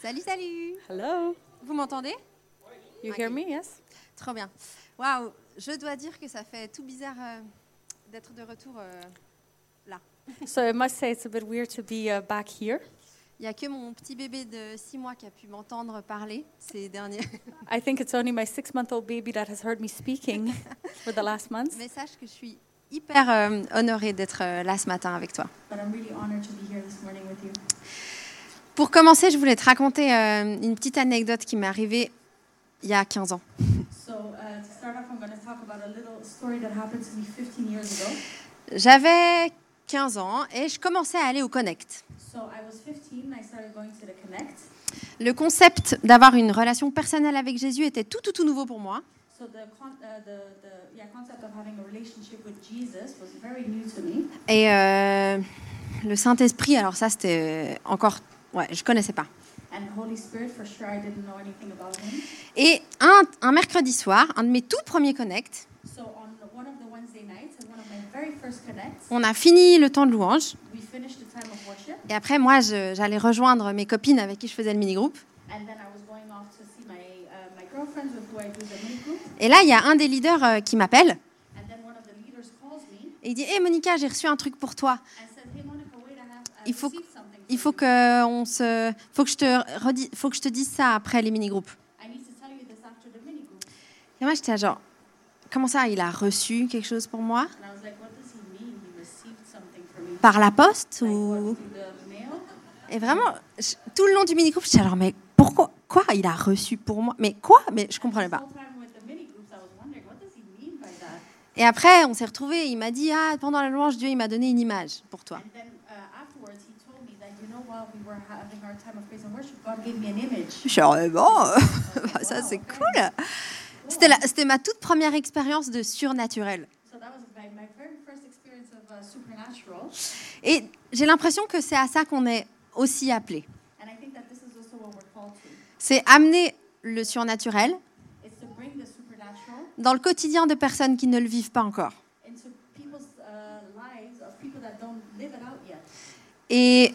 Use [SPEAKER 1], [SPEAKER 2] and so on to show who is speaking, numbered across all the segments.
[SPEAKER 1] Salut, salut.
[SPEAKER 2] Hello.
[SPEAKER 1] Vous m'entendez
[SPEAKER 2] You
[SPEAKER 1] Ok.
[SPEAKER 2] hear me? Yes.
[SPEAKER 1] Trop bien. Waouh, je dois dire que ça fait tout bizarre euh, d'être de retour. euh.
[SPEAKER 2] So I must say it's a bit weird to be uh, back here.
[SPEAKER 1] Il n'y a que mon petit bébé de 6 mois qui a pu m'entendre parler ces derniers.
[SPEAKER 2] I think it's only my six-month-old baby that has heard me speaking for the last month.
[SPEAKER 1] Mais sache que je suis hyper euh, honorée d'être euh, là ce matin avec toi.
[SPEAKER 3] But I'm really honored to be here this morning with you.
[SPEAKER 1] Pour commencer, je voulais te raconter euh, une petite anecdote qui m'est arrivée il y a 15 ans.
[SPEAKER 3] So, uh, to start off, I'm going to talk about a little story that happened to me 15 years ago.
[SPEAKER 1] J'avais 15 ans et je commençais à aller au Connect.
[SPEAKER 3] So, I was 15, I started going to the Connect.
[SPEAKER 1] Le concept d'avoir une relation personnelle avec Jésus était tout tout tout nouveau pour moi.
[SPEAKER 3] So, the, con- uh, the, the yeah, concept of having a relationship with Jesus was very new to me.
[SPEAKER 1] Et euh, le Saint-Esprit, alors ça c'était encore... Ouais, je connaissais pas.
[SPEAKER 3] And Holy Spirit, for sure, I didn't know anything about him.
[SPEAKER 1] Et un, un mercredi soir, un de mes tout premiers Connect,
[SPEAKER 3] So, on the- one of the Wednesday nights, at one of my very first Connects,
[SPEAKER 1] on a fini le temps de louange.
[SPEAKER 3] we finished the time of worship.
[SPEAKER 1] Et après, moi, je- j'allais rejoindre mes copines avec qui je faisais le mini-groupe.
[SPEAKER 3] And then I was going off to see my, uh, my girlfriends with who I do the mini group.
[SPEAKER 1] Et là, il y a un des leaders euh, qui m'appelle
[SPEAKER 3] And then one of the leaders calls me.
[SPEAKER 1] et il dit Hé Monica, j'ai reçu un truc pour toi.
[SPEAKER 3] I said, "Hey, Monica, wait, I have- I
[SPEAKER 1] Il faut-
[SPEAKER 3] received something
[SPEAKER 1] Il
[SPEAKER 3] for
[SPEAKER 1] faut
[SPEAKER 3] you.
[SPEAKER 1] que, on se... faut, que je te redis... faut que je te dise ça après les mini-groupes.
[SPEAKER 3] I need to tell you this after the mini group.
[SPEAKER 1] Et moi, j'étais là, genre Comment ça, il a reçu quelque chose pour moi
[SPEAKER 3] And I was like, what does he mean? He received something from me.
[SPEAKER 1] Par la poste
[SPEAKER 3] Like,
[SPEAKER 1] ou...
[SPEAKER 3] what, through the mail?
[SPEAKER 1] Et vraiment, je- tout le long du mini-groupe, j'étais alors Mais pourquoi Quoi Il a reçu pour moi Mais quoi Mais je comprenais
[SPEAKER 3] This
[SPEAKER 1] pas.
[SPEAKER 3] whole time with the mini groups, I was wondering, what does he mean by that?
[SPEAKER 1] Et après, on s'est retrouvés. Il m'a dit Ah, pendant la louange, Dieu, il m'a donné une image pour toi.
[SPEAKER 3] And then uh, afterwards, he told me that, you know, while we were having our time of praise and worship, God gave me an image.
[SPEAKER 1] Je suis genre, Eh bon,
[SPEAKER 3] I was
[SPEAKER 1] bah,
[SPEAKER 3] like,
[SPEAKER 1] ça
[SPEAKER 3] wow,
[SPEAKER 1] c'est
[SPEAKER 3] okay,
[SPEAKER 1] cool.
[SPEAKER 3] cool.
[SPEAKER 1] C'était la- c'était ma toute première expérience de surnaturel.
[SPEAKER 3] So that was my, my very first experience of uh, supernatural.
[SPEAKER 1] Et j'ai l'impression que c'est à ça qu'on est aussi appelé.
[SPEAKER 3] And I think that this is also what we're called to.
[SPEAKER 1] C'est amener le surnaturel
[SPEAKER 3] It's to bring the supernatural
[SPEAKER 1] dans le quotidien de personnes qui ne le vivent pas encore.
[SPEAKER 3] into people's uh, lives of people that don't live it out yet.
[SPEAKER 1] Et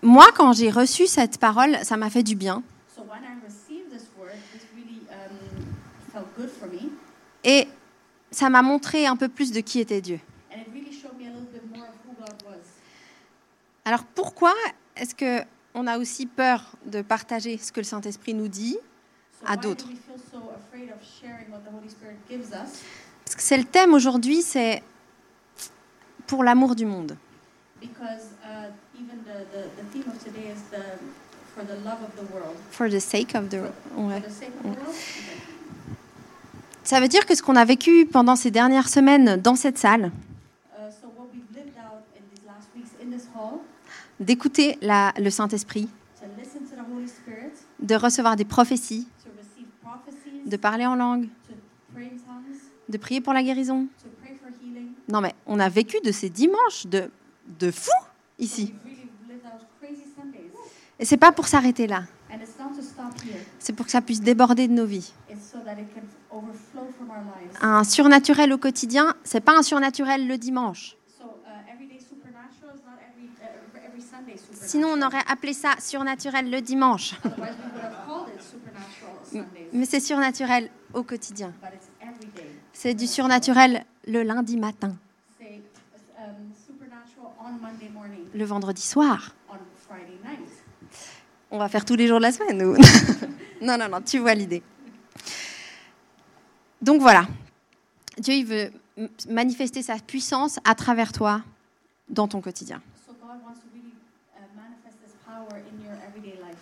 [SPEAKER 1] moi, quand j'ai reçu cette parole, ça m'a fait du bien.
[SPEAKER 3] So when I received this word, this really um, felt good for me,
[SPEAKER 1] Et ça m'a montré un peu plus de qui était Dieu.
[SPEAKER 3] and it really showed me a little bit more of who God was.
[SPEAKER 1] Alors pourquoi est-ce que on a aussi peur de partager ce que le Saint-Esprit nous dit
[SPEAKER 3] So
[SPEAKER 1] À
[SPEAKER 3] why
[SPEAKER 1] d'autres.
[SPEAKER 3] do we feel so afraid of sharing what the Holy Spirit gives us?
[SPEAKER 1] Parce que c'est le thème aujourd'hui, c'est pour l'amour du monde.
[SPEAKER 3] Because uh, even the, the, the theme of today is the for the love of the world.
[SPEAKER 1] For the sake of the...
[SPEAKER 3] For
[SPEAKER 1] ouais.
[SPEAKER 3] the sake of the world. Okay.
[SPEAKER 1] Ça veut dire que ce qu'on a vécu pendant ces dernières semaines dans cette salle,
[SPEAKER 3] Uh, so what we've lived out in these last weeks in this hall,
[SPEAKER 1] d'écouter la- le Saint-Esprit,
[SPEAKER 3] to listen to the Holy Spirit,
[SPEAKER 1] de recevoir des prophéties,
[SPEAKER 3] to receive prophecies,
[SPEAKER 1] de parler en langue,
[SPEAKER 3] to pray in tongues,
[SPEAKER 1] de prier pour la guérison.
[SPEAKER 3] to pray for healing.
[SPEAKER 1] Non mais on a vécu de ces dimanches de, de fou
[SPEAKER 3] So
[SPEAKER 1] ici.
[SPEAKER 3] we've really lived out crazy Sundays.
[SPEAKER 1] Et c'est pas pour s'arrêter là,
[SPEAKER 3] And it's not to stop here.
[SPEAKER 1] c'est pour que ça puisse déborder de nos vies.
[SPEAKER 3] It's so that it can overflow from our lives.
[SPEAKER 1] Un surnaturel au quotidien, c'est pas un surnaturel le dimanche.
[SPEAKER 3] So uh, everyday supernatural is not every uh, every Sunday supernatural.
[SPEAKER 1] Sinon on aurait appelé ça surnaturel le dimanche.
[SPEAKER 3] Otherwise we would have called it supernatural Sundays.
[SPEAKER 1] Mais c'est surnaturel au quotidien.
[SPEAKER 3] But it's every day.
[SPEAKER 1] C'est du surnaturel le lundi matin,
[SPEAKER 3] Say um, supernatural on Monday morning,
[SPEAKER 1] le vendredi soir.
[SPEAKER 3] on Friday night.
[SPEAKER 1] On va faire tous les jours de la semaine ou- Non, non, non, tu vois l'idée. Donc voilà, Dieu il veut m- manifester sa puissance à travers toi dans ton quotidien.
[SPEAKER 3] So God wants to really uh, manifest His power in your everyday life.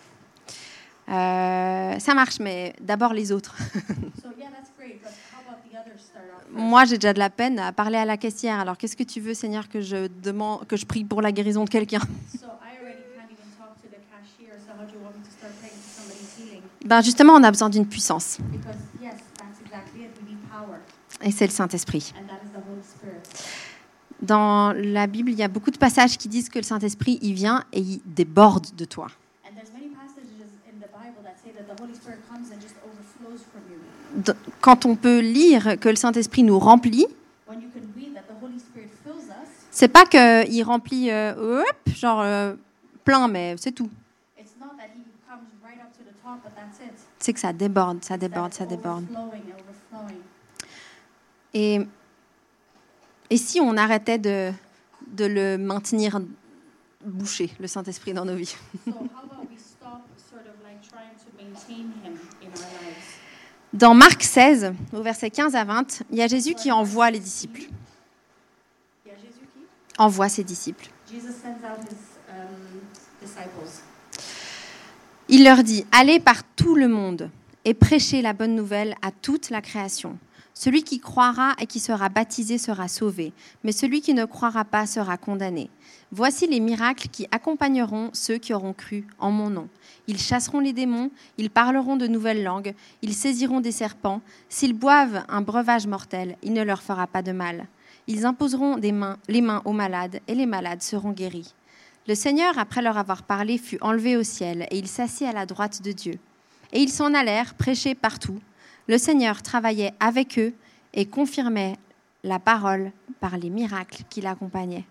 [SPEAKER 1] Euh, ça marche, mais d'abord les autres.
[SPEAKER 3] So yeah, that's great. But how about the others start off? first?
[SPEAKER 1] Moi, j'ai déjà de la peine à parler à la caissière. Alors, qu'est-ce que tu veux, Seigneur, que je demande, que je prie pour la guérison de quelqu'un
[SPEAKER 3] So I already can't even talk to the cashier. So how do you want me to start praying for somebody's healing?
[SPEAKER 1] Ben justement, on a besoin d'une puissance,
[SPEAKER 3] Because yes, that's exactly it. We need power,
[SPEAKER 1] et c'est le Saint-Esprit.
[SPEAKER 3] and that is the Holy Spirit.
[SPEAKER 1] Dans la Bible, il y a beaucoup de passages qui disent que le Saint-Esprit, il vient et il déborde de toi.
[SPEAKER 3] And there's many passages in the Bible that say that the Holy Spirit comes and just overflows from you.
[SPEAKER 1] D- Quand on peut lire que le Saint-Esprit nous remplit,
[SPEAKER 3] When you can read that the Holy Spirit fills us,
[SPEAKER 1] c'est pas qu'il remplit, euh, hop, genre euh, plein, mais c'est tout.
[SPEAKER 3] it's not that He comes right up to the top, but that's it.
[SPEAKER 1] Tu sais que ça déborde, ça
[SPEAKER 3] That
[SPEAKER 1] déborde,
[SPEAKER 3] is
[SPEAKER 1] ça déborde.
[SPEAKER 3] Overflowing, overflowing.
[SPEAKER 1] Et, et si on arrêtait de, de le maintenir bouché, le Saint-Esprit, dans nos vies
[SPEAKER 3] So how about we stop sort of like trying to maintain him in our lives?
[SPEAKER 1] Dans Marc 16, au verset 15 à 20, il y a Jésus qui envoie les disciples,
[SPEAKER 3] Il y a Jésus qui?
[SPEAKER 1] envoie ses disciples.
[SPEAKER 3] Jesus sends out his um, disciples.
[SPEAKER 1] Il leur dit, allez par tout le monde et prêchez la bonne nouvelle à toute la création. Celui qui croira et qui sera baptisé sera sauvé, mais celui qui ne croira pas sera condamné. Voici les miracles qui accompagneront ceux qui auront cru en mon nom. Ils chasseront les démons, ils parleront de nouvelles langues, ils saisiront des serpents. S'ils boivent un breuvage mortel, il ne leur fera pas de mal. Ils imposeront des mains, les mains aux malades et les malades seront guéris. Le Seigneur, après leur avoir parlé, fut enlevé au ciel, et il s'assit à la droite de Dieu. Et ils s'en allèrent prêcher partout. Le Seigneur travaillait avec eux et confirmait la parole par les miracles qui l'accompagnaient.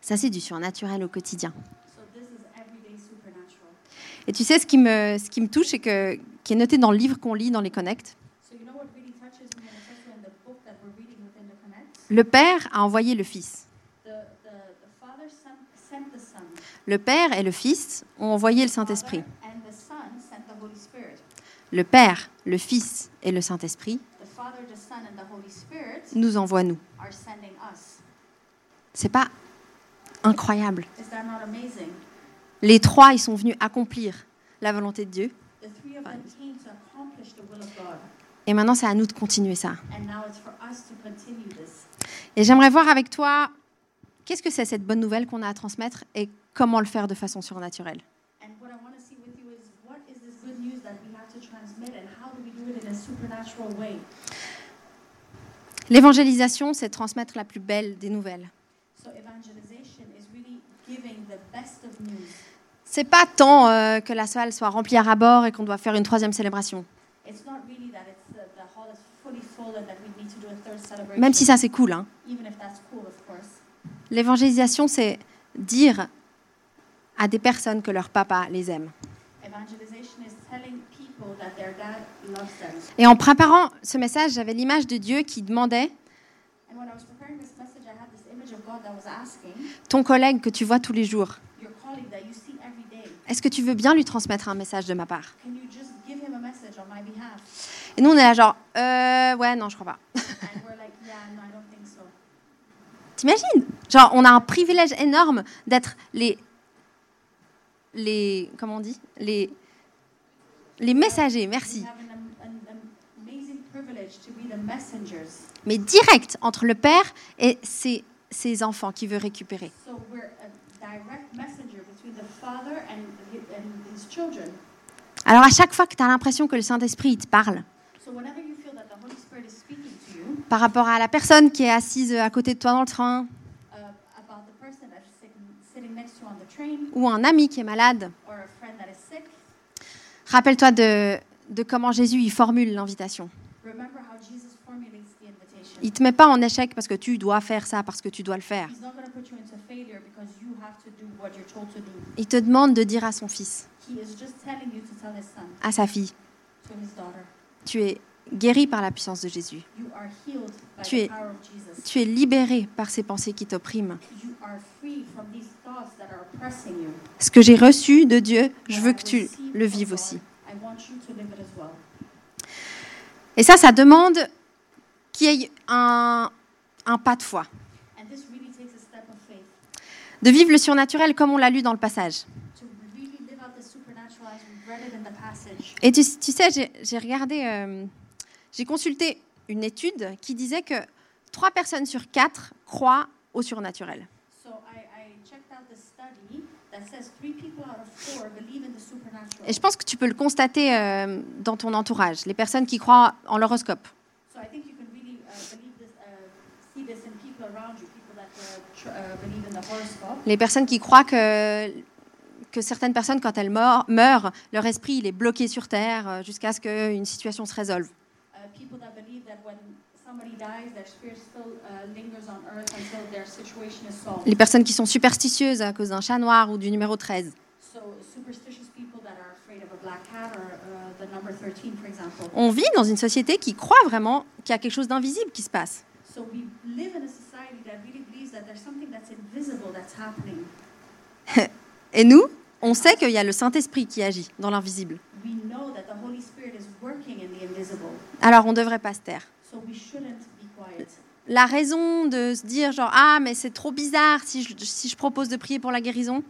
[SPEAKER 1] Ça, c'est du surnaturel au quotidien.
[SPEAKER 3] So this is everyday supernatural.
[SPEAKER 1] Et tu sais, ce qui me, ce qui me touche, et que, qui est noté dans le livre qu'on lit dans les Connect,
[SPEAKER 3] So you know what really touches me, and especially in the book that we're reading within the Connect?
[SPEAKER 1] le Père a envoyé le Fils.
[SPEAKER 3] The, the, the Father sent, sent the Son.
[SPEAKER 1] Le Père et le Fils ont envoyé le
[SPEAKER 3] Father
[SPEAKER 1] Saint-Esprit.
[SPEAKER 3] And the Son sent the Holy Spirit.
[SPEAKER 1] Le Père, le Fils et le Saint-Esprit
[SPEAKER 3] The Father, the Son, and the Holy Spirit
[SPEAKER 1] nous envoient nous.
[SPEAKER 3] are sending us.
[SPEAKER 1] C'est pas incroyable.
[SPEAKER 3] Is that not amazing?
[SPEAKER 1] Les trois, ils sont venus accomplir la volonté de Dieu.
[SPEAKER 3] The three of them came to accomplish the will of God.
[SPEAKER 1] Et maintenant, c'est à nous de continuer ça.
[SPEAKER 3] And now it's for us to continue this.
[SPEAKER 1] Et j'aimerais voir avec toi, qu'est-ce que c'est cette bonne nouvelle qu'on a à transmettre et comment le faire de façon surnaturelle.
[SPEAKER 3] And what I want to see with you is what is this good news that we have to transmit and how do we do it in a supernatural way?
[SPEAKER 1] L'évangélisation, c'est transmettre la plus belle des nouvelles.
[SPEAKER 3] So evangelization is really giving the best of news.
[SPEAKER 1] C'est pas tant euh, que la salle soit remplie à rabord et qu'on doit faire une troisième célébration,
[SPEAKER 3] It's not really that it's the, the hall is fully full and that we need to do a third celebration.
[SPEAKER 1] même si ça c'est cool. hein.
[SPEAKER 3] Even if that's cool, of course.
[SPEAKER 1] L'évangélisation, c'est dire à des personnes que leur papa les aime.
[SPEAKER 3] Evangelization is telling people that their dad loves them.
[SPEAKER 1] Et en préparant ce message, j'avais l'image de Dieu qui demandait
[SPEAKER 3] And when I was preparing this message, I had this image of God that was asking
[SPEAKER 1] ton collègue que tu vois tous les jours.
[SPEAKER 3] your colleague that you see every day,
[SPEAKER 1] Est-ce que tu veux bien lui transmettre un message de ma part
[SPEAKER 3] can you just give him a message on my behalf?
[SPEAKER 1] Et nous, on est là genre, euh, ouais, non, je crois pas.
[SPEAKER 3] And we're like, yeah, no, I don't think so.
[SPEAKER 1] T'imagines Genre, on a un privilège énorme d'être les, les, comment on dit Les, les messagers,
[SPEAKER 3] We
[SPEAKER 1] merci.
[SPEAKER 3] have an, am- an, am- amazing privilege to be the messengers.
[SPEAKER 1] Mais direct entre le père et ses, ses enfants qu'il veut récupérer.
[SPEAKER 3] So we're a direct messenger between the father and, hi- and his children.
[SPEAKER 1] Alors, à chaque fois que tu as l'impression que le Saint-Esprit il te parle,
[SPEAKER 3] So whenever you feel that the Holy Spirit is speaking to you
[SPEAKER 1] par rapport à la personne qui est assise à côté de toi dans le train,
[SPEAKER 3] uh, about the person that's sitting, sitting next to you on the train
[SPEAKER 1] ou un ami qui est malade,
[SPEAKER 3] or a friend that is sick,
[SPEAKER 1] rappelle-toi de, de comment Jésus il formule l'invitation.
[SPEAKER 3] remember how Jesus formulates the invitation.
[SPEAKER 1] Il te met pas en échec parce que tu dois faire ça, parce que tu dois le faire.
[SPEAKER 3] He's not going to put you into failure because you have to do what you're told to do.
[SPEAKER 1] Il te demande de dire à son fils,
[SPEAKER 3] He is just telling you to tell his son,
[SPEAKER 1] à sa fille,
[SPEAKER 3] to his daughter,
[SPEAKER 1] tu es guéri par la puissance de Jésus.
[SPEAKER 3] you are healed by
[SPEAKER 1] Tu es-
[SPEAKER 3] the power of Jesus.
[SPEAKER 1] Tu es libéré par ces pensées qui t'oppriment.
[SPEAKER 3] You are free from these thoughts that are oppressing you.
[SPEAKER 1] Ce que j'ai reçu de Dieu, je
[SPEAKER 3] What
[SPEAKER 1] veux
[SPEAKER 3] I
[SPEAKER 1] que tu
[SPEAKER 3] receive
[SPEAKER 1] le
[SPEAKER 3] from
[SPEAKER 1] vives
[SPEAKER 3] God,
[SPEAKER 1] aussi.
[SPEAKER 3] I want you to live it as well.
[SPEAKER 1] Et ça, ça demande qu'il y ait un, un pas de foi,
[SPEAKER 3] And this really takes a step of faith
[SPEAKER 1] de vivre le surnaturel comme on l'a lu dans le passage.
[SPEAKER 3] to really live out the supernatural as we read it in the passage.
[SPEAKER 1] Et tu, tu sais, j'ai- j'ai regardé, euh, j'ai consulté une étude qui disait que trois personnes sur quatre croient au surnaturel.
[SPEAKER 3] So I, I checked out the study that says three people out of four believe in the supernatural.
[SPEAKER 1] Et je pense que tu peux le constater euh, dans ton entourage, les personnes qui croient en l'horoscope.
[SPEAKER 3] So I think you can really uh, believe this, uh, see this in people around you, people that uh, tr- uh, believe in the horoscope.
[SPEAKER 1] Les personnes qui croient que, que certaines personnes, quand elles mor- meurent, leur esprit il est bloqué sur Terre euh, jusqu'à ce qu'une situation se résolve.
[SPEAKER 3] Uh, people that believe that when somebody dies, their spirit still uh, lingers on earth until their situation is solved.
[SPEAKER 1] Les personnes qui sont superstitieuses à cause d'un chat noir ou du numéro 13.
[SPEAKER 3] So, so
[SPEAKER 4] superstitious people that are afraid of a black cat or uh, the number 13, for example.
[SPEAKER 1] On vit dans une société qui croit vraiment qu'il y a quelque chose d'invisible qui se passe.
[SPEAKER 4] So we live in a society that really believes that there's something that's invisible that's happening.
[SPEAKER 1] Et nous, on sait qu'il y a le Saint-Esprit qui agit dans l'invisible.
[SPEAKER 4] We know that the Holy Spirit is working in the invisible,
[SPEAKER 1] Alors on ne devrait pas se taire.
[SPEAKER 4] so we shouldn't be quiet.
[SPEAKER 1] La raison de se dire genre ah mais c'est trop bizarre si je, si je propose de prier pour la guérison,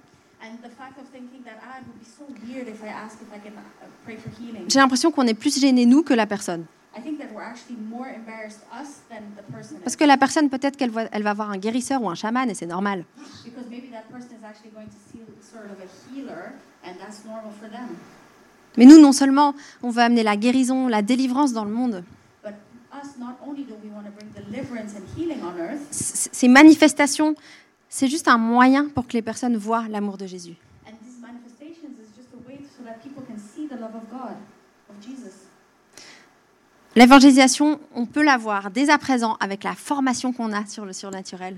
[SPEAKER 4] And the fact of thinking that ah, it would be so weird if I ask if I can uh, pray for healing.
[SPEAKER 1] j'ai l'impression qu'on est plus gêné nous que la personne.
[SPEAKER 4] I think that we're actually more embarrassed us than the person
[SPEAKER 1] Parce
[SPEAKER 4] is,
[SPEAKER 1] que la personne peut-être qu'elle va, elle va voir un guérisseur ou un chaman et c'est normal.
[SPEAKER 4] because maybe that person is actually going to see sort of a healer, and that's normal for them.
[SPEAKER 1] Mais nous non seulement on veut amener la guérison, la délivrance dans le monde,
[SPEAKER 4] But us, not only do we want to bring deliverance and healing on earth,
[SPEAKER 1] c- ces manifestations, c'est juste un moyen pour que les personnes voient l'amour de Jésus.
[SPEAKER 4] and these manifestations is just a way so that people can see the love of God, of Jesus.
[SPEAKER 1] L'évangélisation, on peut l'avoir dès à présent avec la formation qu'on a sur le surnaturel.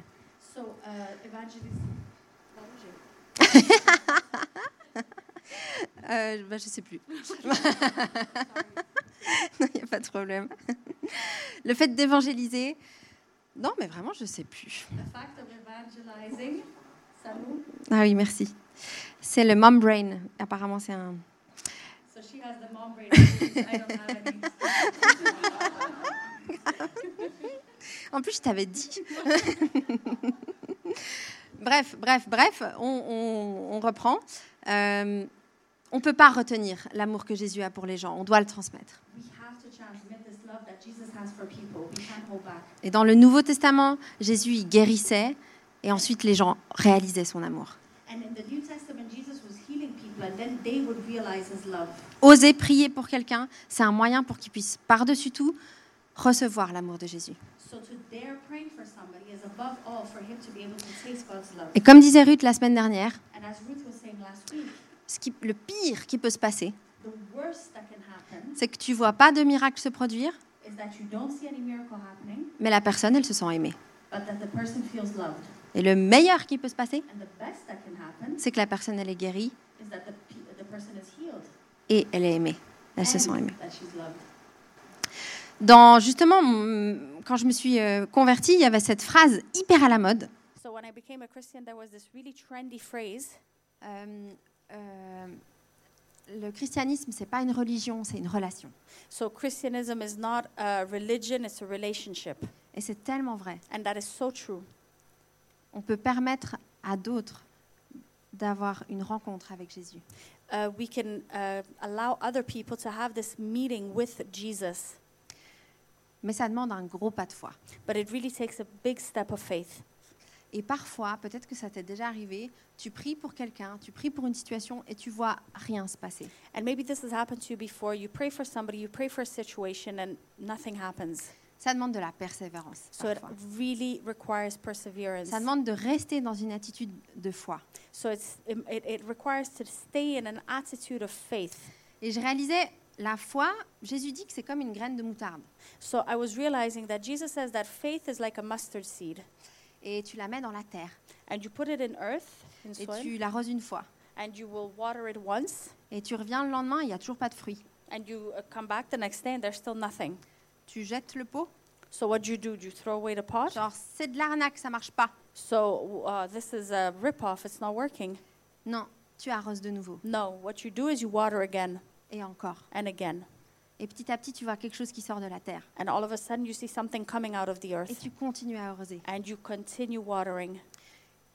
[SPEAKER 4] So uh, evangelism.
[SPEAKER 1] Euh, bah, je sais plus. Il n'y a pas de problème. Le fait d'évangéliser. Non, mais vraiment, je sais plus.
[SPEAKER 4] The fact of evangelizing, Samu,
[SPEAKER 1] Ah oui, merci. C'est le mom brain. Apparemment, c'est un.
[SPEAKER 4] so she has the mom brain. I don't have any.
[SPEAKER 1] En plus, je t'avais dit. bref, bref, bref, on, on- on reprend. Euh, on ne peut pas retenir l'amour que Jésus a pour les gens. On doit le transmettre.
[SPEAKER 4] We have to transmit this love that Jesus has for people. We can't hold back.
[SPEAKER 1] Et dans le Nouveau Testament, Jésus il guérissait et ensuite les gens réalisaient son amour.
[SPEAKER 4] And in the New Testament, Jesus was healing people, and then they would realize his love.
[SPEAKER 1] Oser prier pour quelqu'un, c'est un moyen pour qu'il puisse, par-dessus tout, recevoir l'amour de Jésus.
[SPEAKER 4] So to dare praying for somebody is above all for him to be able to taste God's love.
[SPEAKER 1] Et comme disait Ruth la semaine dernière,
[SPEAKER 4] And as Ruth was saying last week,
[SPEAKER 1] ce qui- le pire qui peut se passer,
[SPEAKER 4] the worst that can happen
[SPEAKER 1] c'est que tu vois pas de miracle se produire,
[SPEAKER 4] is that you don't see any miracle happening,
[SPEAKER 1] mais la personne, elle se sent aimée.
[SPEAKER 4] but that the person feels loved.
[SPEAKER 1] Et le meilleur qui peut se passer,
[SPEAKER 4] And the best that can happen
[SPEAKER 1] c'est que la personne, elle est guérie
[SPEAKER 4] is that the, pe- the person is healed.
[SPEAKER 1] et elle est aimée. Elle se
[SPEAKER 4] and
[SPEAKER 1] sent aimée.
[SPEAKER 4] That she's loved.
[SPEAKER 1] Dans, justement, mon- quand je me suis euh, convertie, il y avait cette phrase hyper à la mode.
[SPEAKER 3] So when I became a Christian, there was this really trendy phrase.
[SPEAKER 1] Euh, euh, le christianisme, c'est pas une religion, c'est une relation.
[SPEAKER 3] So Christianism is not a religion, it's a relationship.
[SPEAKER 1] Et c'est tellement vrai.
[SPEAKER 3] And that is so true.
[SPEAKER 1] On peut permettre à d'autres d'avoir une rencontre avec Jésus.
[SPEAKER 3] Uh, we can uh, allow other people to have this meeting with Jesus,
[SPEAKER 1] Mais ça demande un gros pas de foi.
[SPEAKER 3] but it really takes a big step of faith.
[SPEAKER 1] Et parfois, peut-être que ça t'est déjà arrivé, tu pries pour quelqu'un, tu pries pour une situation et tu vois rien se passer.
[SPEAKER 3] And maybe this has happened to you before. You pray for somebody, you pray for a situation, and nothing happens.
[SPEAKER 1] Ça demande de la persévérance.
[SPEAKER 3] So it
[SPEAKER 1] parfois.
[SPEAKER 3] really requires perseverance.
[SPEAKER 1] Ça demande de rester dans une attitude de foi.
[SPEAKER 3] So it's, it, it- it requires to stay in an attitude of faith.
[SPEAKER 1] Et je réalisais, la foi, Jésus dit que c'est comme une graine de moutarde.
[SPEAKER 3] So I was realizing that Jesus says that faith is like a mustard seed,
[SPEAKER 1] Et tu la mets dans la terre.
[SPEAKER 3] and you put it in earth, in
[SPEAKER 1] Et
[SPEAKER 3] soil,
[SPEAKER 1] tu l'arroses une fois.
[SPEAKER 3] and you will water it once,
[SPEAKER 1] Et tu reviens le lendemain, il n'y a toujours pas de fruits.
[SPEAKER 3] and you uh, come back the next day, and there's still nothing.
[SPEAKER 1] Tu jettes le pot.
[SPEAKER 3] So what do you do? Do you throw away the pot?
[SPEAKER 1] Genre, c'est de l'arnaque, ça marche pas.
[SPEAKER 3] So uh, this is a ripoff. It's not working.
[SPEAKER 1] Non, tu arroses de nouveau.
[SPEAKER 3] No, what you do is you water again
[SPEAKER 1] Et encore.
[SPEAKER 3] and again,
[SPEAKER 1] Et petit à petit, tu vois quelque chose qui sort de la terre.
[SPEAKER 3] and all of a sudden you see something coming out of the
[SPEAKER 1] Et
[SPEAKER 3] earth,
[SPEAKER 1] tu continues à arroser.
[SPEAKER 3] and you continue watering.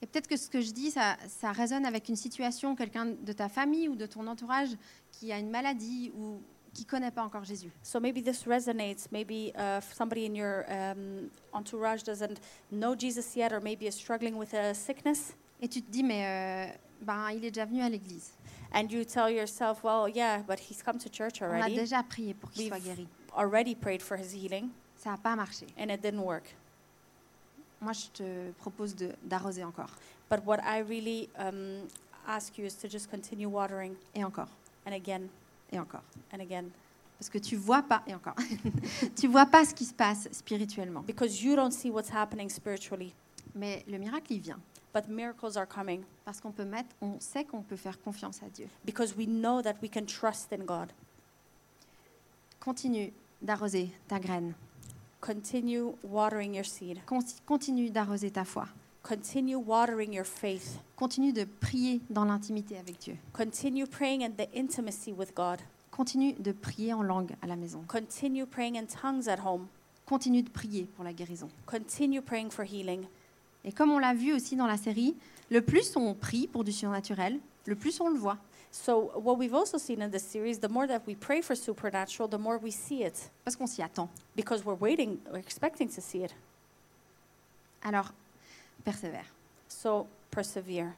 [SPEAKER 1] Et peut-être que ce que je dis, ça, ça résonne avec une situation, quelqu'un de ta famille ou de ton entourage qui a une maladie ou qui connaît pas encore Jésus.
[SPEAKER 3] So maybe this resonates. Maybe uh, f- somebody in your um, entourage doesn't know Jesus yet, or maybe is struggling with a sickness,
[SPEAKER 1] Et tu te dis, mais euh, ben, il est déjà venu à l'église.
[SPEAKER 3] and you tell yourself, "Well, yeah, but he's come to church
[SPEAKER 1] On a
[SPEAKER 3] already.
[SPEAKER 1] déjà prié pour qu'il
[SPEAKER 3] We've
[SPEAKER 1] soit guéri.
[SPEAKER 3] already prayed for his healing,
[SPEAKER 1] Ça n'a pas marché.
[SPEAKER 3] and it didn't work."
[SPEAKER 1] Moi, je te propose de- d'arroser encore
[SPEAKER 3] But what I really um, ask you is to just continue watering,
[SPEAKER 1] et encore
[SPEAKER 3] and again,
[SPEAKER 1] et encore.
[SPEAKER 3] and again,
[SPEAKER 1] Parce que tu vois pas et encore. tu vois pas ce qui se passe spirituellement.
[SPEAKER 3] because you don't see what's happening spiritually,
[SPEAKER 1] Mais le miracle, il vient.
[SPEAKER 3] but miracles are coming
[SPEAKER 1] Parce qu'on peut mettre, on sait qu'on peut faire confiance à Dieu.
[SPEAKER 3] because we know that we can trust in God.
[SPEAKER 1] Continue d'arroser ta graine.
[SPEAKER 3] Continue watering your seed.
[SPEAKER 1] Conti- Continue d'arroser ta foi.
[SPEAKER 3] Continue watering your faith.
[SPEAKER 1] Continue de prier dans l'intimité avec Dieu.
[SPEAKER 3] Continue praying in the intimacy with God.
[SPEAKER 1] Continue de prier en langue à la maison.
[SPEAKER 3] Continue praying in tongues at home.
[SPEAKER 1] Continue de prier pour la guérison.
[SPEAKER 3] Continue praying for healing.
[SPEAKER 1] Et comme on l'a vu aussi dans la série, le plus on prie pour du surnaturel, le plus on le voit.
[SPEAKER 3] So, what we've also seen in this series, the more that we pray for supernatural, the more we see it
[SPEAKER 1] Parce qu'on s'y attend.
[SPEAKER 3] because we're waiting, we're expecting to see it.
[SPEAKER 1] Alors, persévère.
[SPEAKER 3] So, persevere.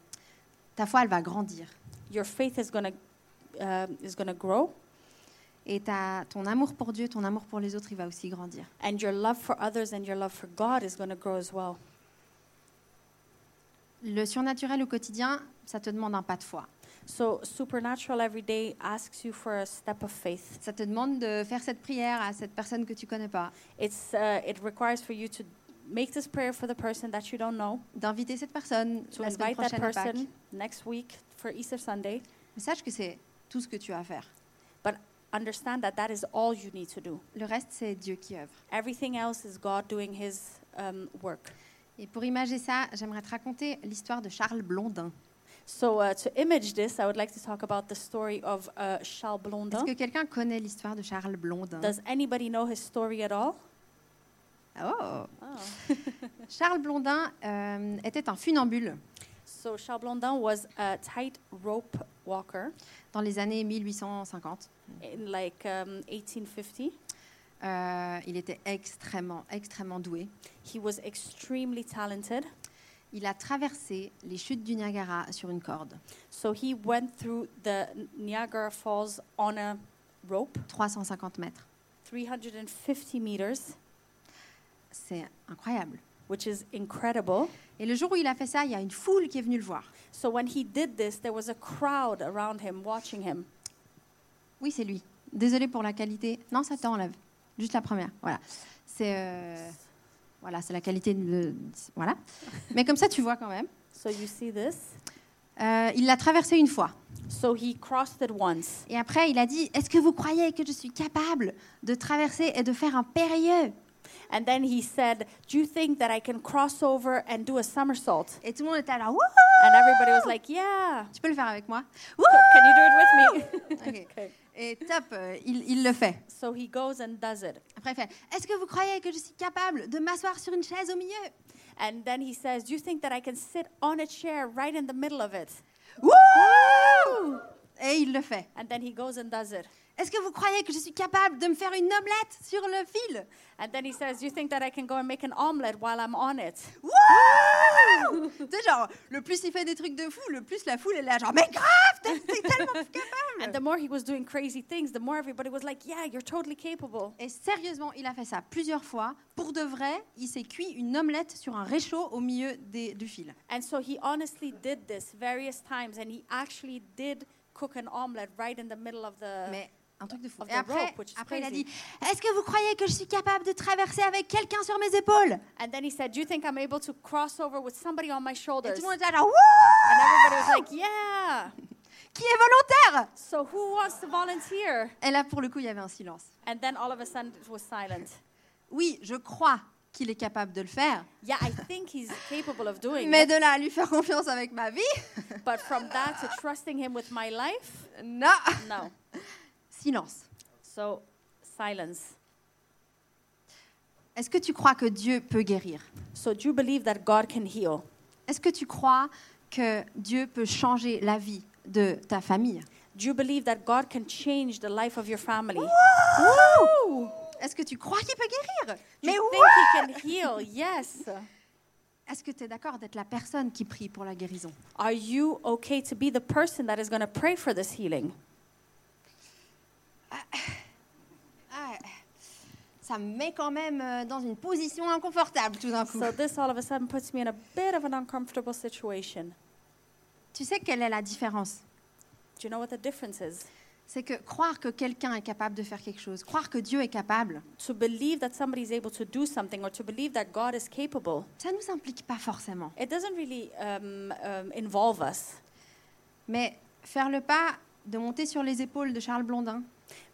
[SPEAKER 1] Ta foi, elle va grandir.
[SPEAKER 3] Your faith is going to uh, is going to grow,
[SPEAKER 1] Et ta, ton amour pour Dieu, ton amour pour les autres, il va aussi grandir.
[SPEAKER 3] and your love for others and your love for God is going to grow as well.
[SPEAKER 1] Le surnaturel au quotidien, ça te demande un pas de foi.
[SPEAKER 3] So, supernatural every day asks you for a step of faith.
[SPEAKER 1] Ça te demande de faire cette prière à cette personne que tu connais pas,
[SPEAKER 3] It's uh, it requires for you to make this prayer for the person that you don't know,
[SPEAKER 1] d'inviter cette personne
[SPEAKER 3] to
[SPEAKER 1] la semaine
[SPEAKER 3] invite that
[SPEAKER 1] prochaine à Pâques.
[SPEAKER 3] person next week for Easter Sunday.
[SPEAKER 1] Mais sache que c'est tout ce que tu as à faire.
[SPEAKER 3] Understand that that is all you need to do.
[SPEAKER 1] Le reste, c'est Dieu qui œuvre.
[SPEAKER 3] Everything else is God doing His um, work.
[SPEAKER 1] Et pour imager ça, j'aimerais te raconter l'histoire de Charles Blondin.
[SPEAKER 3] So, uh, to image this, I would like to talk about the story of uh, Charles
[SPEAKER 1] Est-ce
[SPEAKER 3] Blondin.
[SPEAKER 1] que quelqu'un connaît l'histoire de Charles Blondin
[SPEAKER 3] Does anybody know his story at all?
[SPEAKER 1] Oh Charles Blondin euh, était un funambule
[SPEAKER 3] So, Charles Blondin was a tightrope walker
[SPEAKER 1] dans les années 1850.
[SPEAKER 3] in like um, 1850.
[SPEAKER 1] Euh, il était extrêmement, extrêmement doué.
[SPEAKER 3] He was extremely talented.
[SPEAKER 1] Il a traversé les chutes du Niagara sur une corde,
[SPEAKER 3] So, he went through the Niagara Falls on a rope,
[SPEAKER 1] 350 mètres.
[SPEAKER 3] 350 meters,
[SPEAKER 1] C'est incroyable.
[SPEAKER 3] which is incredible.
[SPEAKER 1] Et le jour où il a fait ça, il y a une foule qui est venue le voir.
[SPEAKER 3] So, when he did this, there was a crowd around him watching him.
[SPEAKER 1] Oui, c'est lui. Désolée pour la qualité. Non, ça t'enlève. Juste la première. Voilà. C'est euh, voilà, c'est la qualité de voilà. Mais comme ça, tu vois quand même.
[SPEAKER 3] So, you see this?
[SPEAKER 1] Euh, il l'a traversé une fois.
[SPEAKER 3] So he crossed it once.
[SPEAKER 1] Et après, il a dit Est-ce que vous croyez que je suis capable de traverser et de faire un périlleux
[SPEAKER 3] And then he said, Do you think that I can cross over and do a somersault?
[SPEAKER 1] Et tout le monde était là Wouh
[SPEAKER 3] And everybody was like, Yeah.
[SPEAKER 1] Tu peux le faire avec moi
[SPEAKER 3] C-
[SPEAKER 1] Wouh
[SPEAKER 3] Can you do it with me?
[SPEAKER 1] Ok.
[SPEAKER 3] okay.
[SPEAKER 1] Et top, euh, il, il le fait.
[SPEAKER 3] So he goes and does it.
[SPEAKER 1] Après, il fait Est-ce que vous croyez que je suis capable de m'asseoir sur une chaise au milieu
[SPEAKER 3] And then he says, Do you think that I can sit on a chair right in the middle of it?
[SPEAKER 1] Wouh Et il le fait.
[SPEAKER 3] And then he goes and does it.
[SPEAKER 1] Est-ce que vous croyez que je suis capable de me faire une omelette sur le fil
[SPEAKER 3] And then he says, Do you think that I can go and make an omelet while I'm on it?
[SPEAKER 1] Wouh Tu sais, genre, le plus il fait des trucs de fou, le plus la foule, elle est là, genre, mais grave, t'es t'es tellement
[SPEAKER 3] And
[SPEAKER 1] capable
[SPEAKER 3] the more he was doing crazy things, the more everybody was like, Yeah, you're totally capable.
[SPEAKER 1] Et sérieusement, il a fait ça plusieurs fois. Pour de vrai, il s'est cuit une omelette sur un réchaud au milieu des- du fil.
[SPEAKER 3] And so he honestly did this various times, and he actually did cook an omelet right in the middle of the.
[SPEAKER 1] Mais un truc de fou.
[SPEAKER 3] Euh, Of
[SPEAKER 1] Et
[SPEAKER 3] the
[SPEAKER 1] après,
[SPEAKER 3] rope, which is
[SPEAKER 1] après, il a
[SPEAKER 3] crazy.
[SPEAKER 1] dit Est-ce que vous croyez que je suis capable de traverser avec quelqu'un sur mes épaules
[SPEAKER 3] And then he said, "Do you think I'm able to cross over with somebody on my
[SPEAKER 1] Et
[SPEAKER 3] shoulders?"
[SPEAKER 1] tout le
[SPEAKER 3] And
[SPEAKER 1] monde était là, Wouh
[SPEAKER 3] everybody was like, "Yeah."
[SPEAKER 1] Qui est volontaire
[SPEAKER 3] So who wants to volunteer?
[SPEAKER 1] Et là, pour le coup, il y avait un silence.
[SPEAKER 3] And then all of a sudden it was silent.
[SPEAKER 1] Oui, je crois qu'il est capable de le faire,
[SPEAKER 3] Yeah, I think he's capable of doing
[SPEAKER 1] mais
[SPEAKER 3] it,
[SPEAKER 1] de là à lui faire confiance avec ma vie,
[SPEAKER 3] but from that to trusting him with my life,
[SPEAKER 1] non
[SPEAKER 3] no.
[SPEAKER 1] Silence.
[SPEAKER 3] So silence.
[SPEAKER 1] Est-ce que tu crois que Dieu peut guérir
[SPEAKER 3] So do you believe that God can heal?
[SPEAKER 1] Est-ce que tu crois que Dieu peut changer la vie de ta famille
[SPEAKER 3] Do you believe that God can change the life of your family?
[SPEAKER 1] Wouh Est-ce que tu crois qu'il peut guérir
[SPEAKER 3] Do
[SPEAKER 1] Mais
[SPEAKER 3] you
[SPEAKER 1] oui
[SPEAKER 3] think he can heal? Yes.
[SPEAKER 1] Est-ce que tu es d'accord d'être la personne qui prie pour la guérison
[SPEAKER 3] Are you okay to be the person that is going to pray for this healing?
[SPEAKER 1] Ah, Ça me met quand même euh, dans une position inconfortable tout d'un coup.
[SPEAKER 3] So this all of a sudden puts me in a bit of an uncomfortable situation.
[SPEAKER 1] Tu sais quelle est la différence
[SPEAKER 3] Do you know what the difference is?
[SPEAKER 1] C'est que croire que quelqu'un est capable de faire quelque chose, croire que Dieu est capable,
[SPEAKER 3] To believe that somebody is able to do something or to believe that God is capable,
[SPEAKER 1] ça ne nous implique pas forcément.
[SPEAKER 3] it doesn't really um, um, involve us.
[SPEAKER 1] Mais faire le pas de monter sur les épaules de Charles Blondin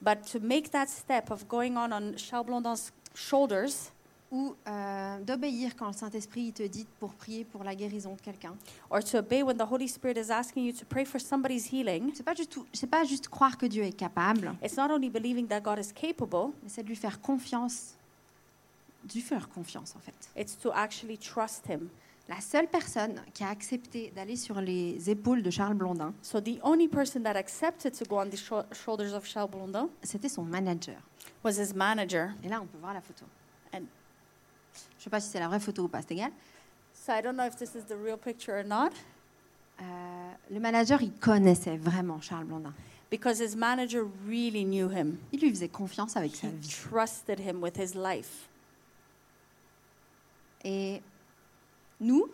[SPEAKER 3] But to make that step of going on on Charles Blondin's shoulders
[SPEAKER 1] ou euh, d'obéir quand le Saint-Esprit il te dit pour prier pour la guérison de quelqu'un,
[SPEAKER 3] or to obey when the Holy Spirit is asking you to pray for somebody's healing,
[SPEAKER 1] c'est pas du tout, c'est pas juste croire que Dieu est capable,
[SPEAKER 3] it's not only believing that God is capable,
[SPEAKER 1] mais c'est de lui faire confiance, de lui faire confiance en fait.
[SPEAKER 3] it's to actually trust Him.
[SPEAKER 1] La seule personne qui a accepté d'aller sur les épaules de Charles Blondin,
[SPEAKER 3] So the only person that accepted to go on the shou- shoulders of Charles Blondin
[SPEAKER 1] c'était son manager.
[SPEAKER 3] was his manager.
[SPEAKER 1] Et là, on peut voir la photo.
[SPEAKER 3] And-
[SPEAKER 1] Je sais pas si c'est la vraie photo ou pas, c'est égal.
[SPEAKER 3] So I don't know if this is the real picture or not,
[SPEAKER 1] Euh, le manager, il connaissait vraiment Charles Blondin.
[SPEAKER 3] because his manager really knew him.
[SPEAKER 1] Il lui faisait confiance avec sa
[SPEAKER 3] He
[SPEAKER 1] vie.
[SPEAKER 3] trusted him with his life.
[SPEAKER 1] Et nous,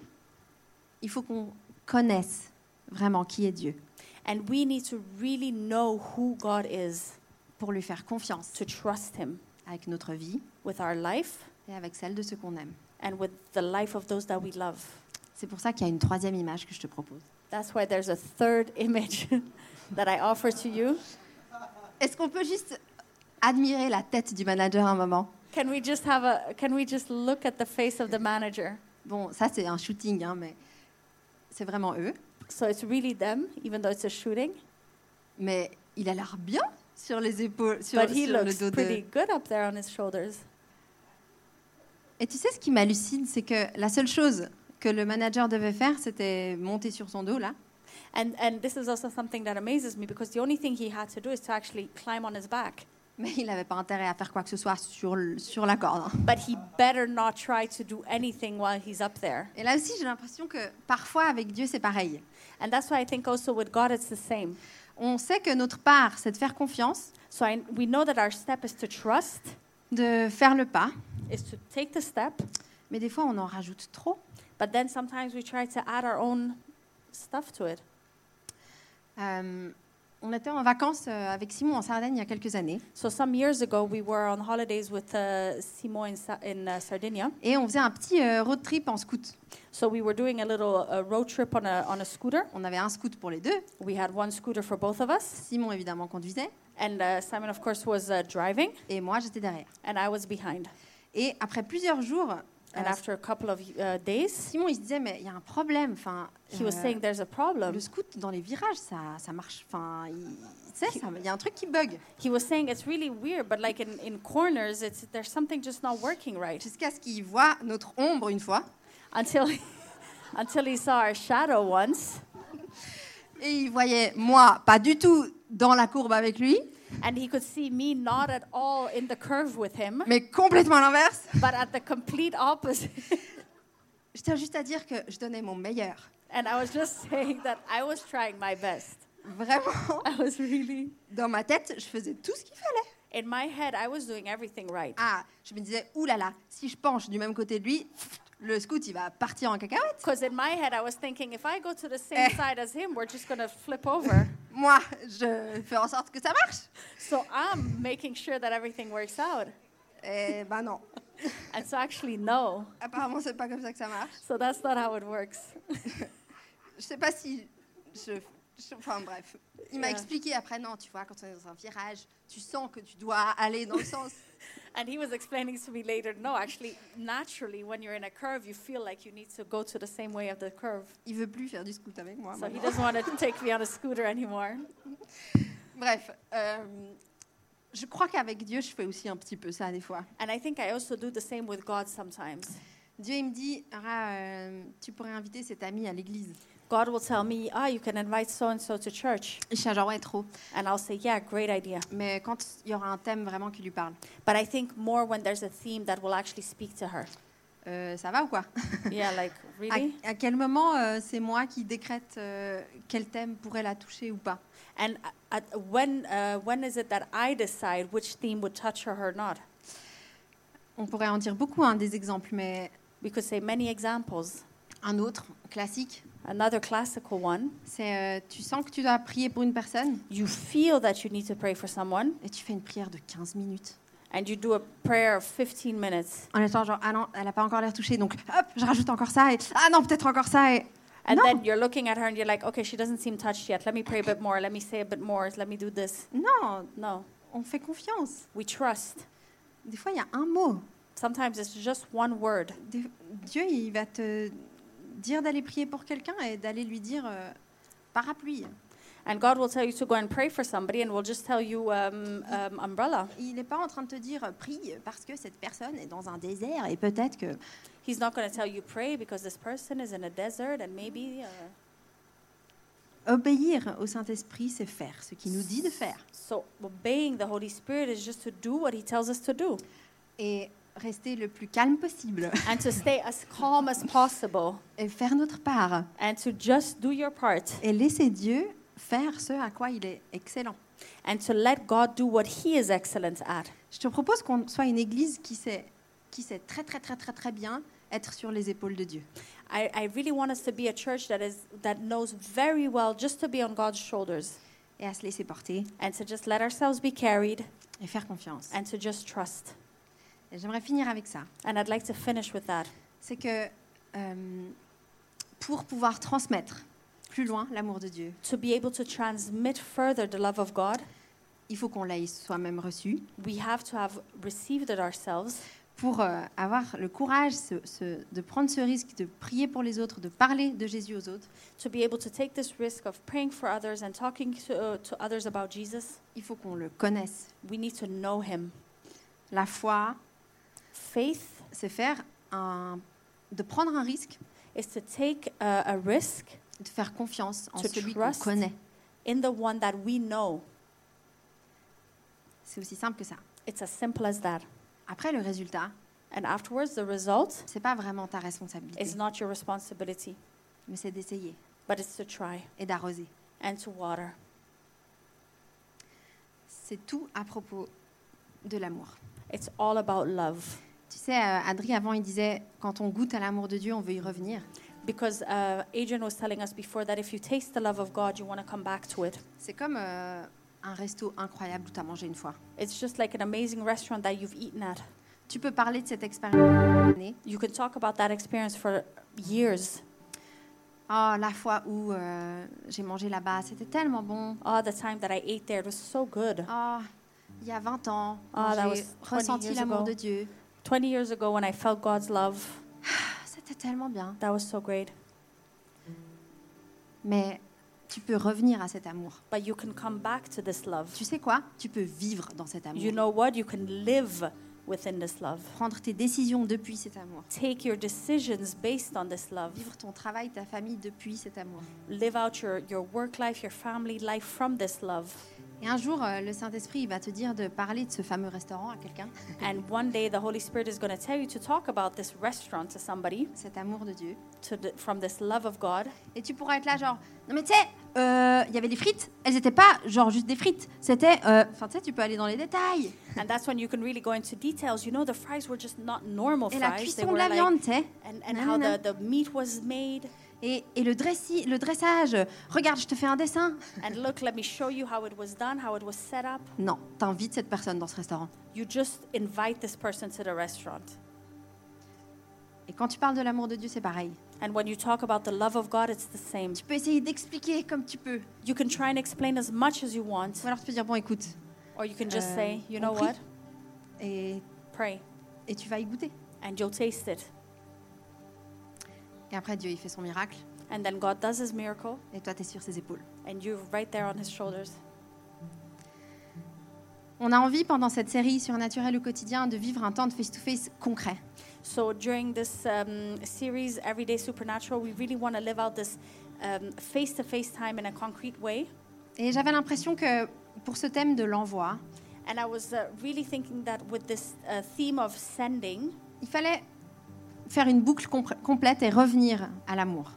[SPEAKER 1] il faut qu'on connaisse vraiment qui est Dieu
[SPEAKER 3] And we need to really know who God is
[SPEAKER 1] pour lui faire confiance
[SPEAKER 3] to trust him
[SPEAKER 1] avec notre vie
[SPEAKER 3] with our life
[SPEAKER 1] et avec celle de ceux qu'on aime.
[SPEAKER 3] and with the life of those that we love.
[SPEAKER 1] C'est pour ça qu'il y a une troisième image que je te propose.
[SPEAKER 3] That's why there's a third image that I offer to you.
[SPEAKER 1] Est-ce qu'on peut juste admirer la tête du manager un moment
[SPEAKER 3] Can we just have a can we just look at the face of the manager?
[SPEAKER 1] Bon, ça c'est un shooting, hein, mais c'est vraiment eux.
[SPEAKER 3] So it's really them even though it's a shooting,
[SPEAKER 1] Mais il a l'air bien sur les épaules, sur,
[SPEAKER 3] but he
[SPEAKER 1] sur le
[SPEAKER 3] looks
[SPEAKER 1] dos
[SPEAKER 3] pretty
[SPEAKER 1] de...
[SPEAKER 3] good up there on his shoulders.
[SPEAKER 1] Et tu sais ce qui m'hallucine, c'est que la seule chose que le manager devait faire, c'était monter sur son dos là
[SPEAKER 3] And and this is also something that amazes me because the only thing he had to do is to actually climb on his back.
[SPEAKER 1] Mais il n'avait pas intérêt à faire quoi que ce soit sur, le- sur la corde. hein.
[SPEAKER 3] But he better not try to do anything while he's up there.
[SPEAKER 1] Et là aussi, j'ai l'impression que parfois avec Dieu, c'est pareil.
[SPEAKER 3] And that's why I think also with God it's the same.
[SPEAKER 1] On sait que notre part, c'est de faire confiance,
[SPEAKER 3] So I, we know that our step is to trust,
[SPEAKER 1] de faire le pas,
[SPEAKER 3] is to take the step,
[SPEAKER 1] mais des fois, on en rajoute trop.
[SPEAKER 3] but then sometimes we try to add our own stuff to it.
[SPEAKER 1] Euh, on était en vacances euh, avec Simon en Sardaigne il y a quelques années,
[SPEAKER 3] So some years ago we were on holidays with uh, Simo in, Sa- in uh, Sardinia.
[SPEAKER 1] et on faisait un petit euh, road trip en scoot.
[SPEAKER 3] So we were doing a little uh, road trip on a, on a scooter.
[SPEAKER 1] On avait un scoot pour les deux.
[SPEAKER 3] We had one scooter for both of us,
[SPEAKER 1] Simon, évidemment, conduisait,
[SPEAKER 3] and uh, Simon of course was uh, driving,
[SPEAKER 1] et moi, j'étais derrière.
[SPEAKER 3] and I was behind.
[SPEAKER 1] Et après plusieurs jours, euh,
[SPEAKER 3] And after a couple of uh, days,
[SPEAKER 1] Simon, il se disait, mais il y a un problème. Enfin,
[SPEAKER 3] he was
[SPEAKER 1] euh,
[SPEAKER 3] saying there's a problem.
[SPEAKER 1] Le scoot dans les virages, ça, ça marche. Enfin, il, tu sais, ça- il y a un truc qui bug.
[SPEAKER 3] He was saying it's really weird, but like in, in corners, it's there's something just not working right.
[SPEAKER 1] Jusqu'à ce qu'il voit notre ombre une fois.
[SPEAKER 3] Until, until he saw our shadow once,
[SPEAKER 1] Et il voyait moi pas du tout dans la courbe avec lui,
[SPEAKER 3] and he could see me not at all in the curve with him,
[SPEAKER 1] mais complètement à l'inverse.
[SPEAKER 3] but at the complete opposite.
[SPEAKER 1] Je tiens juste à dire que je donnais mon meilleur.
[SPEAKER 3] And I was just saying that I was trying my best.
[SPEAKER 1] Vraiment,
[SPEAKER 3] I was really
[SPEAKER 1] dans ma tête, je faisais tout ce qu'il fallait.
[SPEAKER 3] in my head. I was doing everything right.
[SPEAKER 1] Ah, je me disais, oulala, si je penche du même côté de lui, le scout, il va partir en cacahuète.
[SPEAKER 3] Because in my head, I was thinking if I go to the same side as him, we're just gonna flip over.
[SPEAKER 1] Moi, je fais en sorte que ça marche.
[SPEAKER 3] So I'm making sure that everything works out.
[SPEAKER 1] Eh ben non,
[SPEAKER 3] And so actually, no.
[SPEAKER 1] apparemment, c'est pas comme ça que ça marche.
[SPEAKER 3] So that's not how it works.
[SPEAKER 1] Je sais pas si. Je, je- enfin bref. Il m'a
[SPEAKER 3] Yeah.
[SPEAKER 1] expliqué après, non, tu vois, quand on est dans un virage, tu sens que tu dois aller dans le sens.
[SPEAKER 3] And he was explaining to me later, no, actually, naturally, when you're in a curve, you feel like you need to go to the same way of the curve.
[SPEAKER 1] Il veut plus faire du scout avec moi.
[SPEAKER 3] So he
[SPEAKER 1] maintenant.
[SPEAKER 3] doesn't want to take me on a scooter anymore.
[SPEAKER 1] Bref, euh, je crois qu'avec Dieu, je fais aussi un petit peu ça des fois.
[SPEAKER 3] And I think I also do the same with God sometimes.
[SPEAKER 1] Dieu, il me dit, Ra, euh, tu pourrais inviter cet ami à l'église.
[SPEAKER 3] God will tell me, ah, you can invite so and so to church.
[SPEAKER 1] Et je suis genre, ouais, trop.
[SPEAKER 3] And I'll say, yeah, great idea.
[SPEAKER 1] Mais quand il y aura un thème vraiment qui lui parle,
[SPEAKER 3] But I think more when there's a theme that will actually speak to her.
[SPEAKER 1] Euh, ça va ou quoi
[SPEAKER 3] yeah, like,
[SPEAKER 1] à,
[SPEAKER 3] really?
[SPEAKER 1] à quel moment euh, c'est moi qui décrète euh, quel thème pourrait la toucher ou pas
[SPEAKER 3] And at, when, uh, when is it that I decide which theme would touch her or not?
[SPEAKER 1] On pourrait en dire beaucoup, hein, des exemples, mais
[SPEAKER 3] We could say many examples.
[SPEAKER 1] Un autre classique,
[SPEAKER 3] Another classical one.
[SPEAKER 1] c'est euh, tu sens que tu dois prier pour une personne
[SPEAKER 3] You feel that you need to pray for someone,
[SPEAKER 1] et tu fais une prière de 15 minutes.
[SPEAKER 3] and you do a prayer of 15 minutes.
[SPEAKER 1] En étant genre, ah non, elle n'a pas encore l'air touchée, donc hop, je rajoute encore ça, et ah non, peut-être encore ça. Et...
[SPEAKER 3] And
[SPEAKER 1] Non.
[SPEAKER 3] then you're looking at her and you're like, okay, she doesn't seem touched yet. Let me pray a bit more. Let me say a bit more. Let me do this.
[SPEAKER 1] Non,
[SPEAKER 3] No,
[SPEAKER 1] on fait confiance.
[SPEAKER 3] we trust.
[SPEAKER 1] Des fois, il y a un mot.
[SPEAKER 3] Sometimes it's just one word.
[SPEAKER 1] Des- Dieu, il va te dire d'aller prier pour quelqu'un et d'aller lui dire euh, parapluie.
[SPEAKER 3] And God will tell you to go and pray for somebody, and will just tell you um, um, umbrella.
[SPEAKER 1] Il n'est pas en train de te dire euh, prie parce que cette personne est dans un désert et peut-être que.
[SPEAKER 3] He's not going to tell you pray because this person is in a desert, and maybe. Uh,
[SPEAKER 1] Obéir au Saint-Esprit, c'est faire ce qu'il nous dit de faire.
[SPEAKER 3] so obeying the Holy Spirit is just to do what He tells us to do,
[SPEAKER 1] Et rester le plus calme possible.
[SPEAKER 3] and to stay as calm as possible,
[SPEAKER 1] Et faire notre part.
[SPEAKER 3] and to just do your part,
[SPEAKER 1] Et laisser Dieu faire ce à quoi il est excellent.
[SPEAKER 3] and to let God do what He is excellent at.
[SPEAKER 1] Je te propose qu'on soit une église qui sait, qui sait très, très, très, très, très bien être sur les épaules de Dieu.
[SPEAKER 3] I, I really want us to be a church that is that knows very well just to be on God's shoulders,
[SPEAKER 1] Et à se laisser porter
[SPEAKER 3] and to just let ourselves be carried,
[SPEAKER 1] et faire confiance.
[SPEAKER 3] and to just trust.
[SPEAKER 1] Et J'aimerais finir avec ça.
[SPEAKER 3] And I'd like to finish with that.
[SPEAKER 1] c'est que euh, pour pouvoir transmettre plus loin l'amour de Dieu,
[SPEAKER 3] To be able to transmit further the love of God,
[SPEAKER 1] il faut qu'on l'ait soi-même reçu.
[SPEAKER 3] we have to have received it ourselves.
[SPEAKER 1] Pour euh, avoir le courage ce- ce- de prendre ce risque, de prier pour les autres, de parler de Jésus aux autres,
[SPEAKER 3] To be able to take this risk of praying for others and talking to, uh, to others about Jesus,
[SPEAKER 1] il faut qu'on le connaisse.
[SPEAKER 3] we need to know Him.
[SPEAKER 1] La foi,
[SPEAKER 3] Faith
[SPEAKER 1] c'est faire un, de prendre un risque,
[SPEAKER 3] is to take uh, a risk
[SPEAKER 1] de faire confiance en
[SPEAKER 3] To
[SPEAKER 1] celui qu'on
[SPEAKER 3] trust.
[SPEAKER 1] connaît.
[SPEAKER 3] in the one that we know.
[SPEAKER 1] C'est aussi simple que ça.
[SPEAKER 3] It's as simple as that.
[SPEAKER 1] Après, le résultat,
[SPEAKER 3] And afterwards, the result
[SPEAKER 1] c'est pas vraiment ta
[SPEAKER 3] is
[SPEAKER 1] responsabilité,
[SPEAKER 3] not your responsibility,
[SPEAKER 1] mais c'est d'essayer
[SPEAKER 3] but it's to try
[SPEAKER 1] et d'arroser.
[SPEAKER 3] and to water.
[SPEAKER 1] C'est tout à propos de l'amour.
[SPEAKER 3] It's all about love.
[SPEAKER 1] Tu sais, euh, Adri, avant, il disait quand on goûte à l'amour de Dieu, on veut y revenir.
[SPEAKER 3] Because uh, Adrian was telling us before that if you taste the love of God, you want to come back to it.
[SPEAKER 1] C'est comme euh, un resto incroyable où tu as mangé une fois.
[SPEAKER 3] It's just like an amazing restaurant that you've eaten at.
[SPEAKER 1] Tu peux parler de cette expérience. année.
[SPEAKER 3] You can talk about that experience for years.
[SPEAKER 1] Oh, la fois où euh, j'ai mangé là-bas, c'était tellement bon.
[SPEAKER 3] Oh, the time that I ate there, it was so good.
[SPEAKER 1] Oh, il y a 20 ans,
[SPEAKER 3] Ah, that
[SPEAKER 1] quand
[SPEAKER 3] was
[SPEAKER 1] j'ai
[SPEAKER 3] 20
[SPEAKER 1] ressenti
[SPEAKER 3] years
[SPEAKER 1] l'amour
[SPEAKER 3] ago.
[SPEAKER 1] de Dieu.
[SPEAKER 3] 20 years ago, when I felt God's love,
[SPEAKER 1] Ah, C'était tellement bien.
[SPEAKER 3] that was so great.
[SPEAKER 1] Mais tu peux revenir à cet amour.
[SPEAKER 3] But you can come back to this love.
[SPEAKER 1] Tu sais quoi Tu peux vivre dans cet amour.
[SPEAKER 3] You know what? You can live within this love.
[SPEAKER 1] Prendre tes décisions depuis cet amour.
[SPEAKER 3] Take your decisions based on this love.
[SPEAKER 1] Vivre ton travail, ta famille depuis cet amour.
[SPEAKER 3] Live out your, your work life, your family life from this love.
[SPEAKER 1] Et un jour, euh, le Saint-Esprit il va te dire de parler de ce fameux restaurant à quelqu'un,
[SPEAKER 3] And one day, the Holy Spirit is going to tell you to talk about this restaurant to somebody
[SPEAKER 1] cet amour de Dieu.
[SPEAKER 3] to the, from this love of God.
[SPEAKER 1] Et tu pourras être là, genre, non mais tu sais, euh, il y avait des frites, elles n'étaient pas genre juste des frites, c'était. euh, Enfin, tu sais, tu peux aller dans les détails.
[SPEAKER 3] And that's when you can really go into details. You know, the fries were just not normal
[SPEAKER 1] Et la
[SPEAKER 3] fries. They
[SPEAKER 1] cuisson de
[SPEAKER 3] were
[SPEAKER 1] la
[SPEAKER 3] like
[SPEAKER 1] viande, tu sais.
[SPEAKER 3] and, and
[SPEAKER 1] Non,
[SPEAKER 3] how
[SPEAKER 1] non,
[SPEAKER 3] the, the meat was made.
[SPEAKER 1] Et, et le, dressi, le dressage, euh, regarde, je te fais un dessin.
[SPEAKER 3] And look, let me show you how it was done, how it was set up.
[SPEAKER 1] Non, t'invites cette personne dans ce restaurant.
[SPEAKER 3] You just invite this person to the restaurant.
[SPEAKER 1] Et quand tu parles de l'amour de Dieu, c'est pareil.
[SPEAKER 3] And when you talk about the love of God, it's the same.
[SPEAKER 1] Tu peux essayer d'expliquer comme tu peux.
[SPEAKER 3] You can try and explain as much as you want,
[SPEAKER 1] Ou alors tu peux dire, bon, écoute,
[SPEAKER 3] or you can just
[SPEAKER 1] Euh,
[SPEAKER 3] say, you
[SPEAKER 1] on
[SPEAKER 3] know
[SPEAKER 1] prie.
[SPEAKER 3] what?
[SPEAKER 1] et,
[SPEAKER 3] Pray.
[SPEAKER 1] et tu vas y goûter.
[SPEAKER 3] And you'll taste it.
[SPEAKER 1] Et après, Dieu, il fait son miracle,
[SPEAKER 3] And then God does his miracle,
[SPEAKER 1] et toi, t'es sur ses épaules.
[SPEAKER 3] and you're right there on his shoulders.
[SPEAKER 1] On a envie, pendant cette série Surnaturel au quotidien, de vivre un temps de face-to-face concret.
[SPEAKER 3] So during this um, series, Everyday Supernatural, we really want to live out this um, face to face time in a concrete way.
[SPEAKER 1] Et j'avais l'impression que pour ce thème de l'envoi,
[SPEAKER 3] And I was uh, really thinking that with this uh, theme of sending,
[SPEAKER 1] il fallait faire une boucle compr- complète et revenir à l'amour.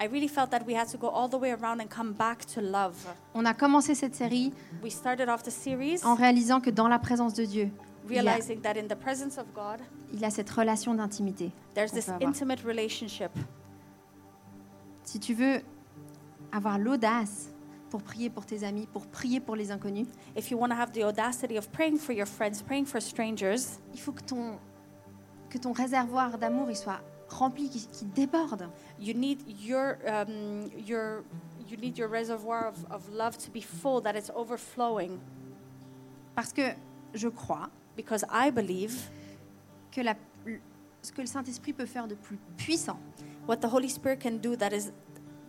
[SPEAKER 3] I really felt that we had to go all the way around and come back to love.
[SPEAKER 1] On a commencé cette série
[SPEAKER 3] We started off the series
[SPEAKER 1] en réalisant que dans la présence de Dieu, il a,
[SPEAKER 3] realizing that in the presence of God,
[SPEAKER 1] il a cette relation d'intimité.
[SPEAKER 3] there's
[SPEAKER 1] qu'on
[SPEAKER 3] this
[SPEAKER 1] peut avoir.
[SPEAKER 3] intimate relationship.
[SPEAKER 1] Si tu veux avoir l'audace pour prier pour tes amis, pour prier pour les inconnus,
[SPEAKER 3] If you want to have the audacity of praying for your friends, praying for strangers,
[SPEAKER 1] il faut que ton, que ton réservoir d'amour il soit rempli, qu'il qu'il déborde.
[SPEAKER 3] you need your um, your you need your reservoir of, of love to be full, that it's overflowing.
[SPEAKER 1] Parce que je crois
[SPEAKER 3] Because I believe
[SPEAKER 1] que la- ce que le Saint-Esprit peut faire de plus puissant,
[SPEAKER 3] what the Holy Spirit can do that is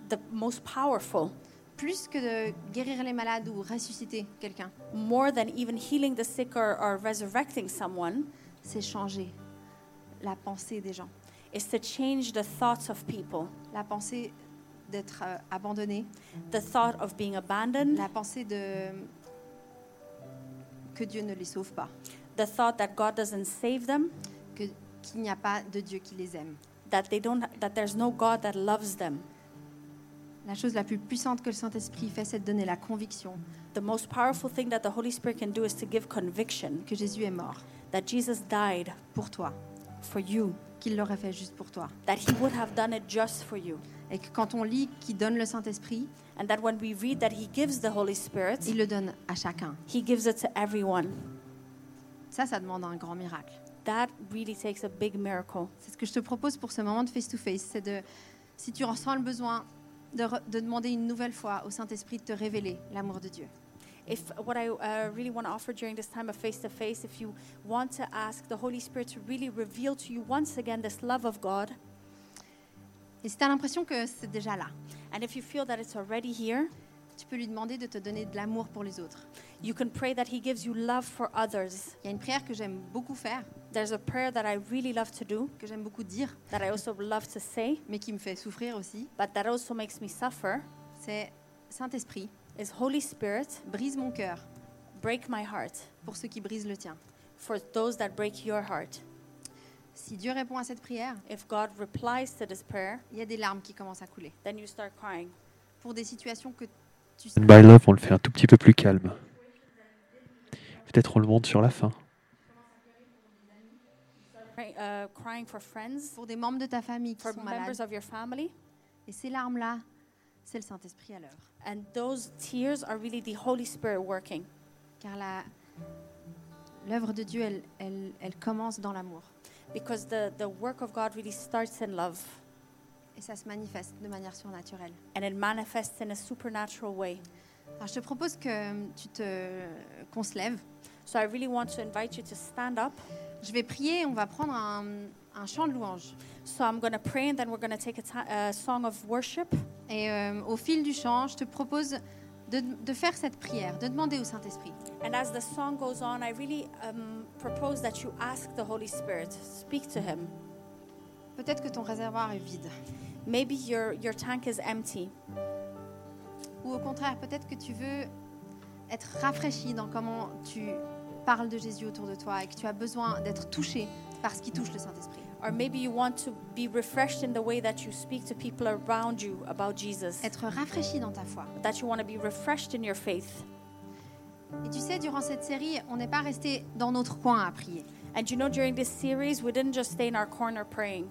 [SPEAKER 3] the most powerful,
[SPEAKER 1] plus que de guérir les malades ou ressusciter quelqu'un,
[SPEAKER 3] more than even healing the sick or, or resurrecting someone,
[SPEAKER 1] c'est changer la pensée des gens,
[SPEAKER 3] is to change the thoughts of people.
[SPEAKER 1] la pensée d'être euh, abandonné,
[SPEAKER 3] The thought of being abandoned,
[SPEAKER 1] la pensée de que Dieu ne les sauve pas,
[SPEAKER 3] the thought that God doesn't save them,
[SPEAKER 1] que- qu'il n'y a pas de Dieu qui les aime.
[SPEAKER 3] that they don't that there's no God that loves them.
[SPEAKER 1] La chose la plus puissante que le Saint-Esprit fait, c'est de donner la conviction
[SPEAKER 3] The most powerful thing that the Holy Spirit can do is to give conviction
[SPEAKER 1] que Jésus est mort
[SPEAKER 3] that Jesus died
[SPEAKER 1] pour toi,
[SPEAKER 3] for you,
[SPEAKER 1] qu'il l'aurait fait juste pour toi.
[SPEAKER 3] that he would have done it just for you.
[SPEAKER 1] Et que quand on lit qu'il donne le Saint-Esprit,
[SPEAKER 3] And that when we read that he gives the Holy Spirit,
[SPEAKER 1] il le donne à chacun.
[SPEAKER 3] he gives it to everyone.
[SPEAKER 1] Ça, ça demande un grand miracle.
[SPEAKER 3] That really takes a big miracle.
[SPEAKER 1] C'est ce que je te propose pour ce moment de face-to-face. C'est de, si tu ressens le besoin, de, re- de demander une nouvelle fois au Saint-Esprit de te révéler l'amour de Dieu.
[SPEAKER 3] If what I uh, really want to offer during this time of face to face, if you want to ask the Holy Spirit to really reveal to you once again this love of God,
[SPEAKER 1] Et si tu as l'impression que c'est déjà là,
[SPEAKER 3] and if you feel that it's already here,
[SPEAKER 1] tu peux lui demander de te donner de l'amour pour les autres.
[SPEAKER 3] you can pray that he gives you love for others.
[SPEAKER 1] Il y a une prière que j'aime beaucoup faire,
[SPEAKER 3] There's a prayer that I really love to do,
[SPEAKER 1] que j'aime beaucoup dire,
[SPEAKER 3] that I also love to say,
[SPEAKER 1] mais qui me fait souffrir aussi.
[SPEAKER 3] but that also makes me suffer.
[SPEAKER 1] C'est Saint-Esprit,
[SPEAKER 3] is Holy Spirit,
[SPEAKER 1] brise mon cœur
[SPEAKER 3] break my heart
[SPEAKER 1] pour ceux qui brisent le tien.
[SPEAKER 3] for those that break your heart.
[SPEAKER 1] Si Dieu répond à cette prière,
[SPEAKER 3] If God replies to this prayer,
[SPEAKER 1] il y a des larmes qui commencent à couler.
[SPEAKER 3] then you start crying.
[SPEAKER 1] Pour des situations que tu sais.
[SPEAKER 5] By Love, on le fait un tout petit peu plus calme. Peut-être on le monte sur la fin.
[SPEAKER 3] Cry- uh, crying for friends,
[SPEAKER 1] Pour des membres de ta famille qui
[SPEAKER 3] for
[SPEAKER 1] sont malades.
[SPEAKER 3] members of your family.
[SPEAKER 1] Et ces larmes-là, c'est le Saint-Esprit à l'œuvre.
[SPEAKER 3] And those tears are really the Holy Spirit working
[SPEAKER 1] Car la- l'œuvre de Dieu, elle, elle- elle commence dans l'amour.
[SPEAKER 3] because the, the work of God really starts in love
[SPEAKER 1] Et ça se manifeste de manière surnaturelle.
[SPEAKER 3] and it manifests in a supernatural way.
[SPEAKER 1] Alors je te propose que tu te, qu'on se lève.
[SPEAKER 3] So I really want to invite you to stand up.
[SPEAKER 1] Je vais prier, on va prendre un, un chant de louange.
[SPEAKER 3] So I'm going to pray and then we're going to take a ti- a song of worship.
[SPEAKER 1] Et euh, au fil du chant, je te propose de, de faire cette prière, de demander au Saint-Esprit.
[SPEAKER 3] And as the song goes on, I really um, propose that you ask the Holy Spirit, speak to Him.
[SPEAKER 1] Peut-être que ton réservoir est vide.
[SPEAKER 3] Maybe your, your tank is empty,
[SPEAKER 1] Ou au contraire, peut-être que tu veux être rafraîchi dans comment tu parles de Jésus autour de toi et que tu as besoin d'être touché par ce qui touche le Saint-Esprit.
[SPEAKER 3] or maybe you want to be refreshed in the way that you speak to people around you about Jesus,
[SPEAKER 1] Être rafraîchi dans ta foi.
[SPEAKER 3] that you want to be refreshed in your faith.
[SPEAKER 1] Et tu sais, durant cette série, on n'est pas resté dans notre coin à prier.
[SPEAKER 3] And you know, during this series, we didn't just stay in our corner praying,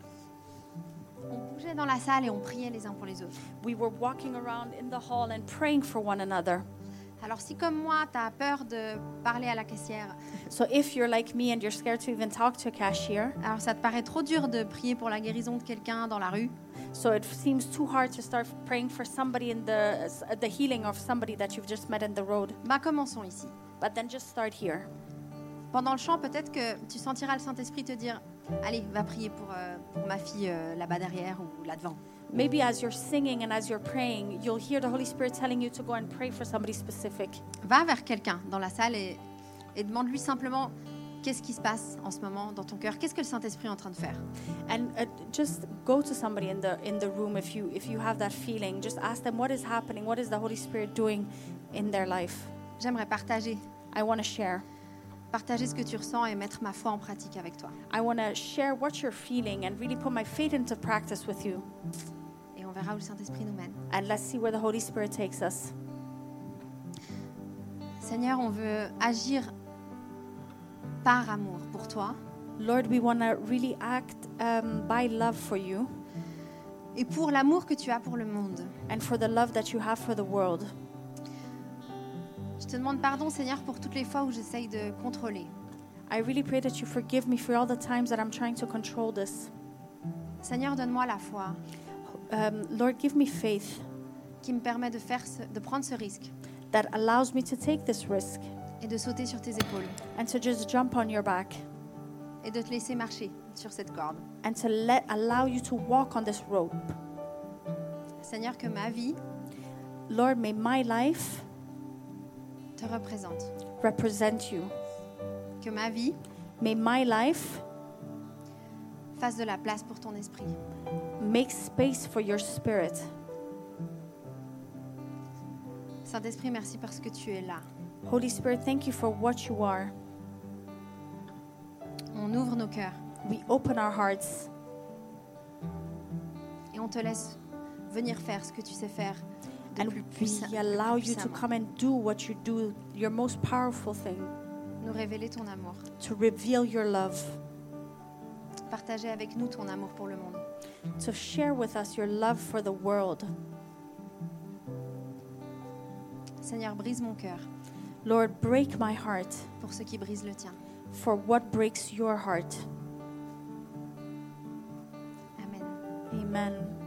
[SPEAKER 1] On bougeait dans la salle et on priait les uns pour les autres.
[SPEAKER 3] we were walking around in the hall and praying for one another.
[SPEAKER 1] Alors si comme moi, tu as peur de parler à la caissière,
[SPEAKER 3] So if you're like me and you're scared to even talk to a cashier,
[SPEAKER 1] alors ça te paraît trop dur de prier pour la guérison de quelqu'un dans la rue,
[SPEAKER 3] So it seems too hard to start praying for somebody in the the healing of somebody that you've just met in the road.
[SPEAKER 1] bah commençons ici.
[SPEAKER 3] But then just start here.
[SPEAKER 1] Pendant le chant, peut-être que tu sentiras le Saint-Esprit te dire Allez, va prier pour, euh, pour ma fille euh, là-bas derrière ou là-devant.
[SPEAKER 3] Maybe as you're singing and as you're praying, you'll hear the Holy Spirit telling you to go and pray for somebody specific.
[SPEAKER 1] Va vers quelqu'un dans la salle et, et demande-lui simplement Qu'est-ce qui se passe en ce moment dans ton cœur Qu'est-ce que le Saint-Esprit est en train de faire
[SPEAKER 3] And uh, just go to somebody in the in the room if you if you have that feeling. Just ask them what is happening, what is the Holy Spirit doing in their life.
[SPEAKER 1] J'aimerais partager,
[SPEAKER 3] I want to share.
[SPEAKER 1] partager ce que tu ressens et mettre ma foi en pratique avec toi.
[SPEAKER 3] I want to share what you're feeling and really put my faith into practice with you.
[SPEAKER 1] Et on verra où le Saint-Esprit nous mène.
[SPEAKER 3] And let's see where the Holy Spirit takes us.
[SPEAKER 1] Seigneur, on veut agir par amour pour toi,
[SPEAKER 3] Lord, we want to really act um, by love for you,
[SPEAKER 1] et pour l'amour que tu as pour le monde.
[SPEAKER 3] and for the love that you have for the world.
[SPEAKER 1] Je te demande pardon, Seigneur, pour toutes les fois où j'essaye de contrôler.
[SPEAKER 3] I really pray that you forgive me for all the times that I'm trying to control this.
[SPEAKER 1] Seigneur, donne-moi la foi
[SPEAKER 3] Um, Lord, give me faith
[SPEAKER 1] qui me permet de, faire ce- de prendre ce risque
[SPEAKER 3] that allows me to take this risk
[SPEAKER 1] et de sauter sur tes épaules
[SPEAKER 3] and to just jump on your back
[SPEAKER 1] et de te laisser marcher sur cette corde.
[SPEAKER 3] and to let allow you to walk on this rope.
[SPEAKER 1] Seigneur, que ma vie
[SPEAKER 3] Lord, may my life
[SPEAKER 1] te représente,
[SPEAKER 3] represent you.
[SPEAKER 1] que ma vie
[SPEAKER 3] May my life
[SPEAKER 1] fasse de la place pour ton esprit.
[SPEAKER 3] make space for your spirit.
[SPEAKER 1] Saint-Esprit, merci parce que tu es là.
[SPEAKER 3] Holy Spirit, thank you for what you are.
[SPEAKER 1] On ouvre nos cœurs
[SPEAKER 3] We open our hearts
[SPEAKER 1] et on te laisse venir faire ce que tu sais faire de
[SPEAKER 3] and
[SPEAKER 1] plus
[SPEAKER 3] we
[SPEAKER 1] puissant.
[SPEAKER 3] allow you to come and do what you do, your most powerful thing,
[SPEAKER 1] Nous révéler ton amour,
[SPEAKER 3] to reveal your love,
[SPEAKER 1] partager avec nous ton amour pour le monde.
[SPEAKER 3] to share with us your love for the world.
[SPEAKER 1] Seigneur, brise mon cœur
[SPEAKER 3] Lord, break my heart
[SPEAKER 1] pour ce qui brise le tien.
[SPEAKER 3] for what breaks your heart.
[SPEAKER 1] Amen.
[SPEAKER 3] Amen.